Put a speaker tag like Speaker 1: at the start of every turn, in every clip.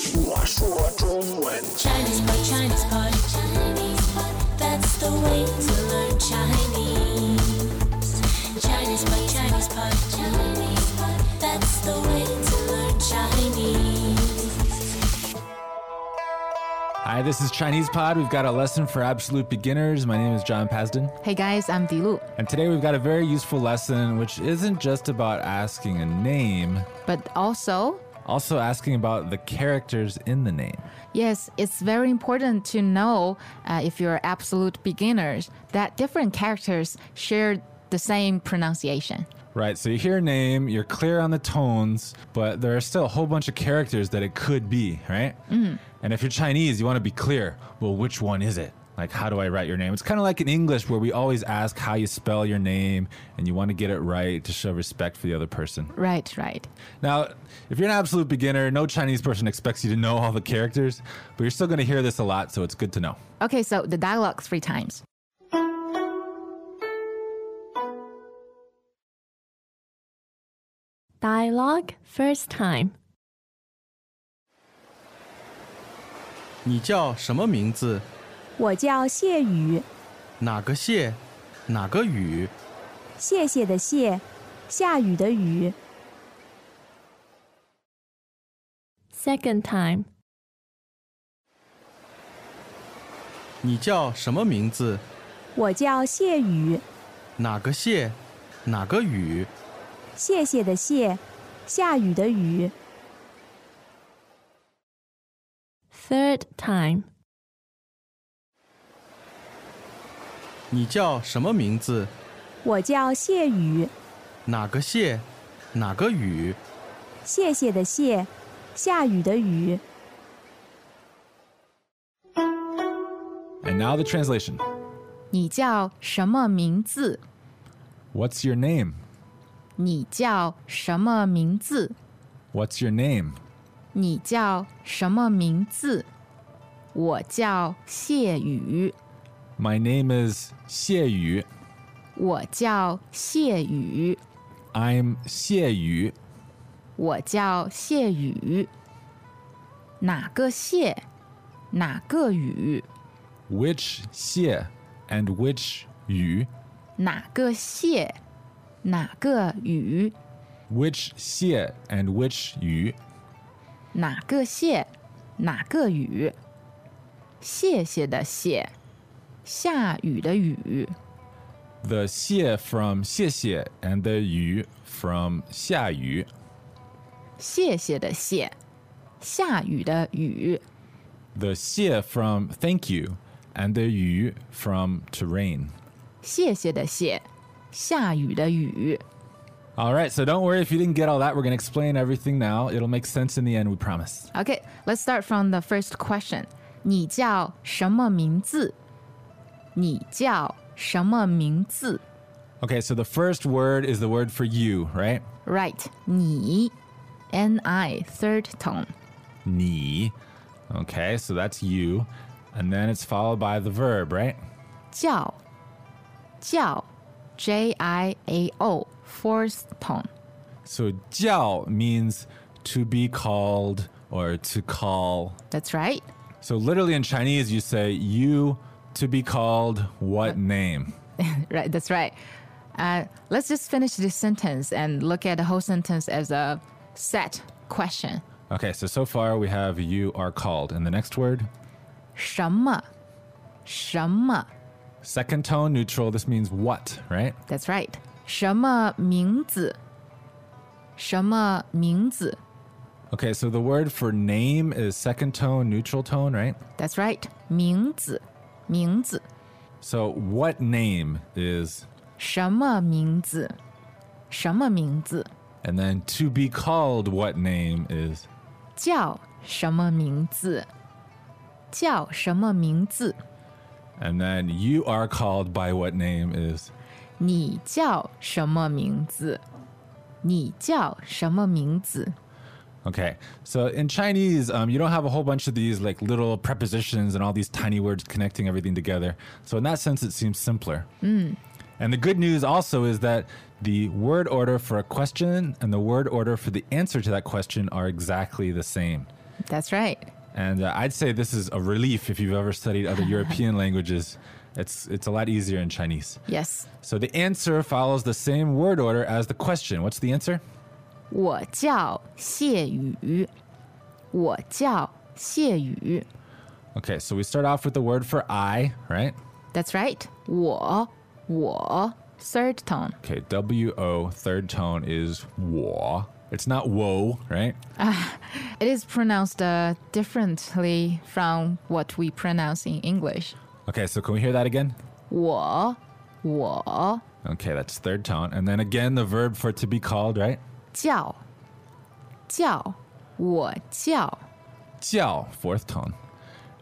Speaker 1: 说中文。
Speaker 2: Chinese pot, Chinese pot, Chinese pot. That's the way to learn Chinese. Chinese pot, Chinese pot, Chinese pot. That's the way to learn Chinese.
Speaker 3: Hi, this is Chinese Pod. We've got a lesson for absolute beginners. My name is John Pasden,
Speaker 4: Hey guys, I'm Dilu.
Speaker 3: and today we've got a very useful lesson which isn't just about asking a name,
Speaker 4: But also,
Speaker 3: also asking about the characters in the name.
Speaker 4: yes, it's very important to know uh, if you're absolute beginners that different characters share the same pronunciation.
Speaker 3: Right, so you hear a name, you're clear on the tones, but there are still a whole bunch of characters that it could be, right? Mm. And if you're Chinese, you want to be clear. Well, which one is it? Like, how do I write your name? It's kind of like in English where we always ask how you spell your name and you want to get it right to show respect for the other person.
Speaker 4: Right, right.
Speaker 3: Now, if you're an absolute beginner, no Chinese person expects you to know all the characters, but you're still going to hear this a lot, so it's good to know.
Speaker 4: Okay, so the dialogue three times.
Speaker 5: 你叫什么名字？
Speaker 6: 我叫谢雨，
Speaker 5: 哪个谢？哪个雨？
Speaker 6: 谢谢的谢，下雨的雨。
Speaker 7: Second time,
Speaker 5: 你叫什么名字？
Speaker 6: 我叫谢雨，
Speaker 5: 哪个谢？哪个雨？
Speaker 6: 谢谢的谢，下雨的雨。
Speaker 7: third time,
Speaker 5: 你叫什么名字？
Speaker 6: 我叫谢雨，
Speaker 5: 哪个谢？哪个雨？
Speaker 6: 谢谢的谢，下雨的雨。
Speaker 3: And now the translation
Speaker 4: 你叫什么名字?
Speaker 3: What's your name?
Speaker 4: 你叫什么名字?
Speaker 3: What's your name?
Speaker 4: 你叫什么名字?我叫谢雨。
Speaker 3: My name is Xie Yu.
Speaker 4: 我叫谢雨。
Speaker 3: I'm Xie Yu.
Speaker 4: 我叫谢雨。哪个谢？哪个雨？
Speaker 3: Which Xie and which Yu?
Speaker 4: 哪个谢？哪个雨？
Speaker 3: Which Xie and which Yu?
Speaker 4: 哪个谢？哪个雨？谢谢的谢，下雨的雨。
Speaker 3: The Xie from Xie Xie and the Yu from Xia Yu.
Speaker 4: 谢谢的谢，下雨的雨。
Speaker 3: The Xie from thank you and the Yu from terrain.
Speaker 4: 谢谢的谢，下雨的雨。
Speaker 3: All right, so don't worry if you didn't get all that. We're going to explain everything now. It'll make sense in the end, we promise.
Speaker 4: Okay, let's start from the first question. 你叫什么名字？你叫什么名字？
Speaker 3: Okay, so the first word is the word for you, right?
Speaker 4: Right, 你 N I third tone.
Speaker 3: Ni. Okay, so that's you. And then it's followed by the verb, right?
Speaker 4: 叫叫 J I A O fourth tone.
Speaker 3: So jiao means to be called or to call.
Speaker 4: That's right.
Speaker 3: So literally in Chinese, you say you to be called what name?
Speaker 4: Right, that's right. Uh, let's just finish this sentence and look at the whole sentence as a set question.
Speaker 3: Okay, so so far we have you are called. And the next word?
Speaker 4: 什么?什么?
Speaker 3: Second tone neutral, this means what, right?
Speaker 4: That's right. 什么名字？什么名字？
Speaker 3: Okay, so the word for name is second tone, neutral tone, right?
Speaker 4: That's right. 名字，名字。
Speaker 3: So what name is,
Speaker 4: 什么名字？什么名字？
Speaker 3: and then to be called what name is.
Speaker 4: 叫什么名字？叫什么名字？你叫什么名字？
Speaker 3: And then you are called by what name is.
Speaker 4: 你叫什么名字？
Speaker 3: Okay, so in Chinese, um, you don't have a whole bunch of these like little prepositions and all these tiny words connecting everything together. So in that sense, it seems simpler. And the good news also is that the word order for a question and the word order for the answer to that question are exactly the same.
Speaker 4: That's right.
Speaker 3: And uh, I'd say this is a relief if you've ever studied other European languages. It's, it's a lot easier in Chinese.
Speaker 4: Yes.
Speaker 3: So the answer follows the same word order as the question. What's the answer?
Speaker 4: 我叫谢宇，我叫谢宇。
Speaker 3: Okay, so we start off with the word for I, right?
Speaker 4: That's right. 我我 third tone.
Speaker 3: Okay, W O, third tone is wo. It's not woe, right?
Speaker 4: It is pronounced uh, differently from what we pronounce in English.
Speaker 3: Okay, so can we hear that again?
Speaker 4: 我我
Speaker 3: Okay, that's third tone. And then again, the verb for to be called, right?
Speaker 4: 叫叫我叫。
Speaker 3: Jiao, fourth tone.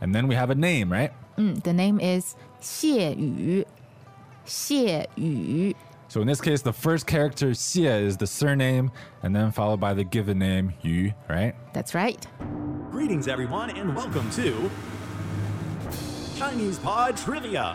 Speaker 3: And then we have a name, right?
Speaker 4: 嗯，the Hmm, name is 谢宇，谢宇。
Speaker 3: So in this case, the first character, Xie, is the surname, and then followed by the given name, Yu, right?
Speaker 4: That's right.
Speaker 1: Greetings, everyone, and welcome to Chinese Pod Trivia.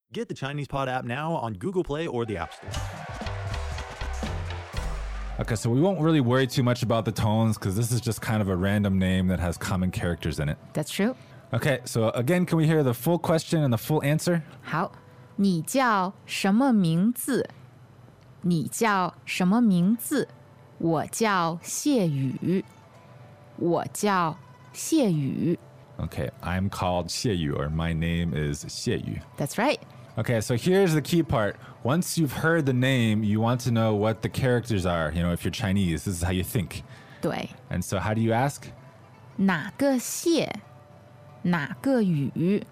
Speaker 1: Get the Chinese Pod app now on Google Play or the App Store.
Speaker 3: Okay, so we won't really worry too much about the tones because this is just kind of a random name that has common characters in it.
Speaker 4: That's true.
Speaker 3: Okay, so again, can we hear the full question and the full answer?
Speaker 4: 好，你叫什么名字？你叫什么名字？我叫谢宇，我叫谢宇。
Speaker 3: Okay, I'm called Xie Yu, or my name is Xie Yu.
Speaker 4: That's right.
Speaker 3: Okay, so here's the key part. Once you've heard the name, you want to know what the characters are. You know, if you're Chinese, this is how you think.
Speaker 4: 对，
Speaker 3: And so, how do you ask?
Speaker 4: 哪个谢？哪个宇？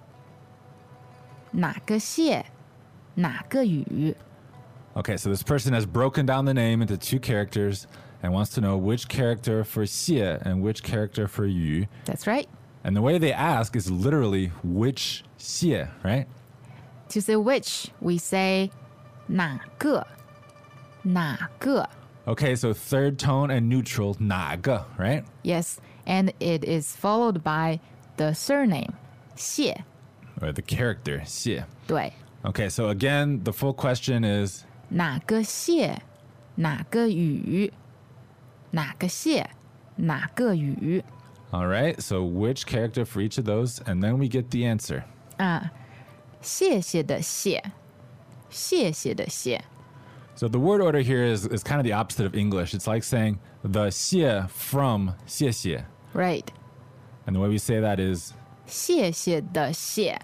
Speaker 4: 哪个谢？哪个宇？
Speaker 3: Okay, so this person has broken down the name into two characters and wants to know which character for Xie and which character for Yu.
Speaker 4: That's right.
Speaker 3: And the way they ask is literally which Xie, right?
Speaker 4: To say which, we say 哪个，哪个。
Speaker 3: Okay, so third tone and neutral, naga, right?
Speaker 4: Yes, and it is followed by the surname 谢。
Speaker 3: Or the character, Xie.
Speaker 4: 对，
Speaker 3: Okay, so again, the full question is
Speaker 4: 哪个谢，哪个雨，哪个谢，哪个雨
Speaker 3: all right, so which character for each of those? And then we get the answer.
Speaker 4: 啊？谢谢的谢，谢谢的谢。
Speaker 3: So the word order here is, is kind of the opposite of English. It's like saying the xie from xie xie.
Speaker 4: Right，
Speaker 3: And the way we say that is
Speaker 4: 谢谢的谢，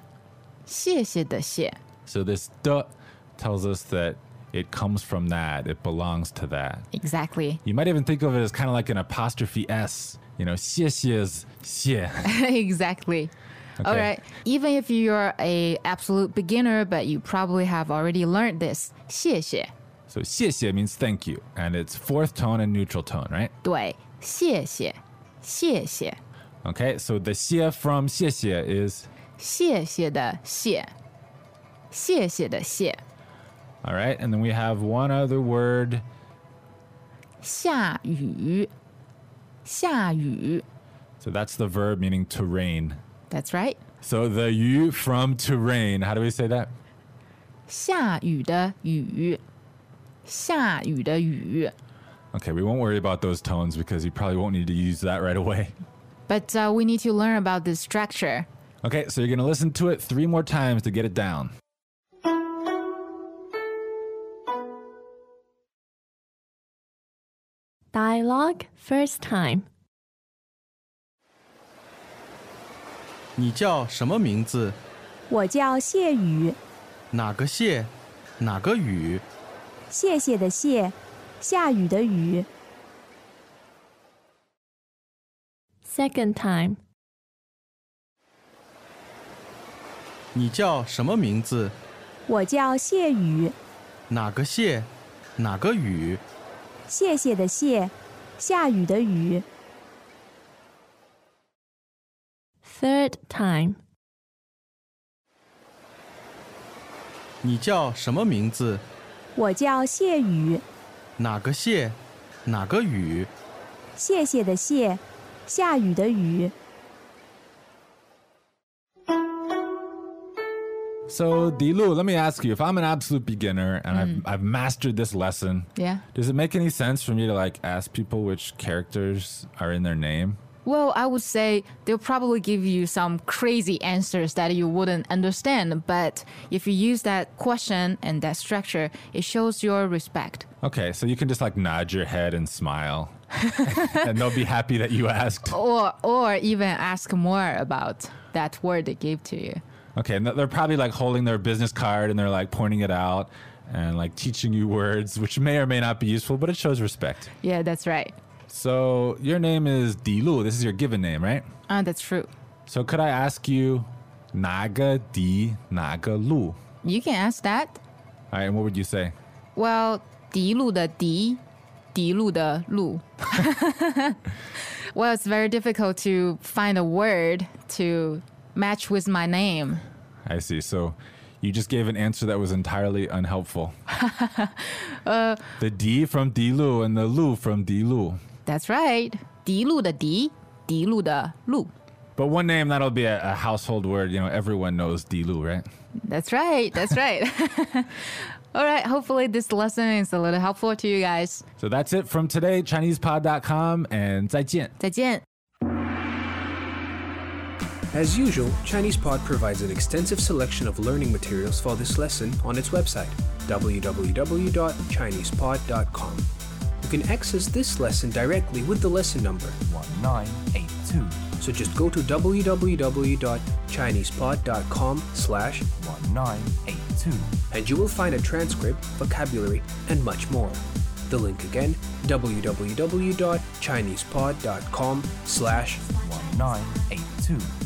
Speaker 4: 谢谢的谢。
Speaker 3: so this duh tells us that it comes from that, it belongs to that.
Speaker 4: Exactly.
Speaker 3: You might even think of it as kind of like an apostrophe S. You know, xie xie is xie.
Speaker 4: exactly. All
Speaker 3: Okay.
Speaker 4: right. Even if you're a absolute beginner, but you probably have already learned this. 谢谢。
Speaker 3: So xie xie means thank you. And it's fourth tone and neutral tone, right?
Speaker 4: 对，谢谢，谢谢，
Speaker 3: Okay, so the xie from xie xie is
Speaker 4: 谢谢的谢，谢谢的谢，
Speaker 3: all right, and then we have one other word.
Speaker 4: 下雨，下雨
Speaker 3: So that's the verb meaning to rain.
Speaker 4: ，That's right，
Speaker 3: So the you from to rain. How do we say that?
Speaker 4: 下雨的雨，下雨的雨。
Speaker 3: Okay, we won't worry about those tones because you probably won't need to use that right away.
Speaker 4: But、uh, we need to learn about this structure.
Speaker 3: Okay, so you're gonna listen to it three more times to get it down.
Speaker 7: 1. Dialogue first time.
Speaker 5: 你叫什么名字？
Speaker 6: 我叫谢宇，
Speaker 5: 哪个谢？哪个雨？
Speaker 6: 谢谢的谢，下雨的雨。
Speaker 7: Second time.
Speaker 5: 你叫什么名字？
Speaker 6: 我叫谢宇，
Speaker 5: 哪个谢？哪个雨？
Speaker 6: 谢谢的谢，下雨的雨。
Speaker 7: Third time.
Speaker 5: 你叫什么名字？
Speaker 6: 我叫谢雨，
Speaker 5: 哪个谢？哪个雨？
Speaker 6: 谢谢的谢，下雨的雨。
Speaker 3: So, Dilu, let me ask you if I'm an absolute beginner and I've, I've mastered this lesson,
Speaker 4: Yeah.
Speaker 3: does it make any sense for me to like ask people which characters are in their name?
Speaker 4: Well, I would say they'll probably give you some crazy answers that you wouldn't understand, but if you use that question and that structure, it shows your respect.
Speaker 3: Okay, so you can just like nod your head and smile, and they'll be happy that you asked.
Speaker 4: Or or even ask more about that word they gave to you.
Speaker 3: Okay, and they're probably like holding their business card and they're like pointing it out and like teaching you words, which may or may not be useful, but it shows respect.
Speaker 4: Yeah, that's right.
Speaker 3: So your name is Dilu. This is your given name, right?
Speaker 4: Ah, that's true.
Speaker 3: So could I ask you, Naga Di Naga Lu? All
Speaker 4: You can ask that.
Speaker 3: right, and what would you say?
Speaker 4: Well, 迪路的迪，迪路的路。well, it's very difficult to find a word to match with my name.
Speaker 3: I see. So you just gave an answer that was entirely unhelpful. the D from Dilu and the Lu from Dilu.
Speaker 4: That's right. 迪路的迪，迪路的路。
Speaker 3: But one name that'll be a, a household word. You know, everyone knows Dilu, right?
Speaker 4: That's right. That's right. All right. Hopefully, this lesson is a little helpful to you guys.
Speaker 3: So that's it from today, ChinesePod.com, and 再见.
Speaker 4: 再见.
Speaker 8: As usual, ChinesePod provides an extensive selection of learning materials for this lesson on its website, www.chinesepod.com. You can access this lesson directly with the lesson number,
Speaker 9: 1982
Speaker 8: so just go to www.chinesepod.com slash
Speaker 9: 1982
Speaker 8: and you will find a transcript, vocabulary, and much more. The link again, www.chinesepod.com slash
Speaker 9: 1982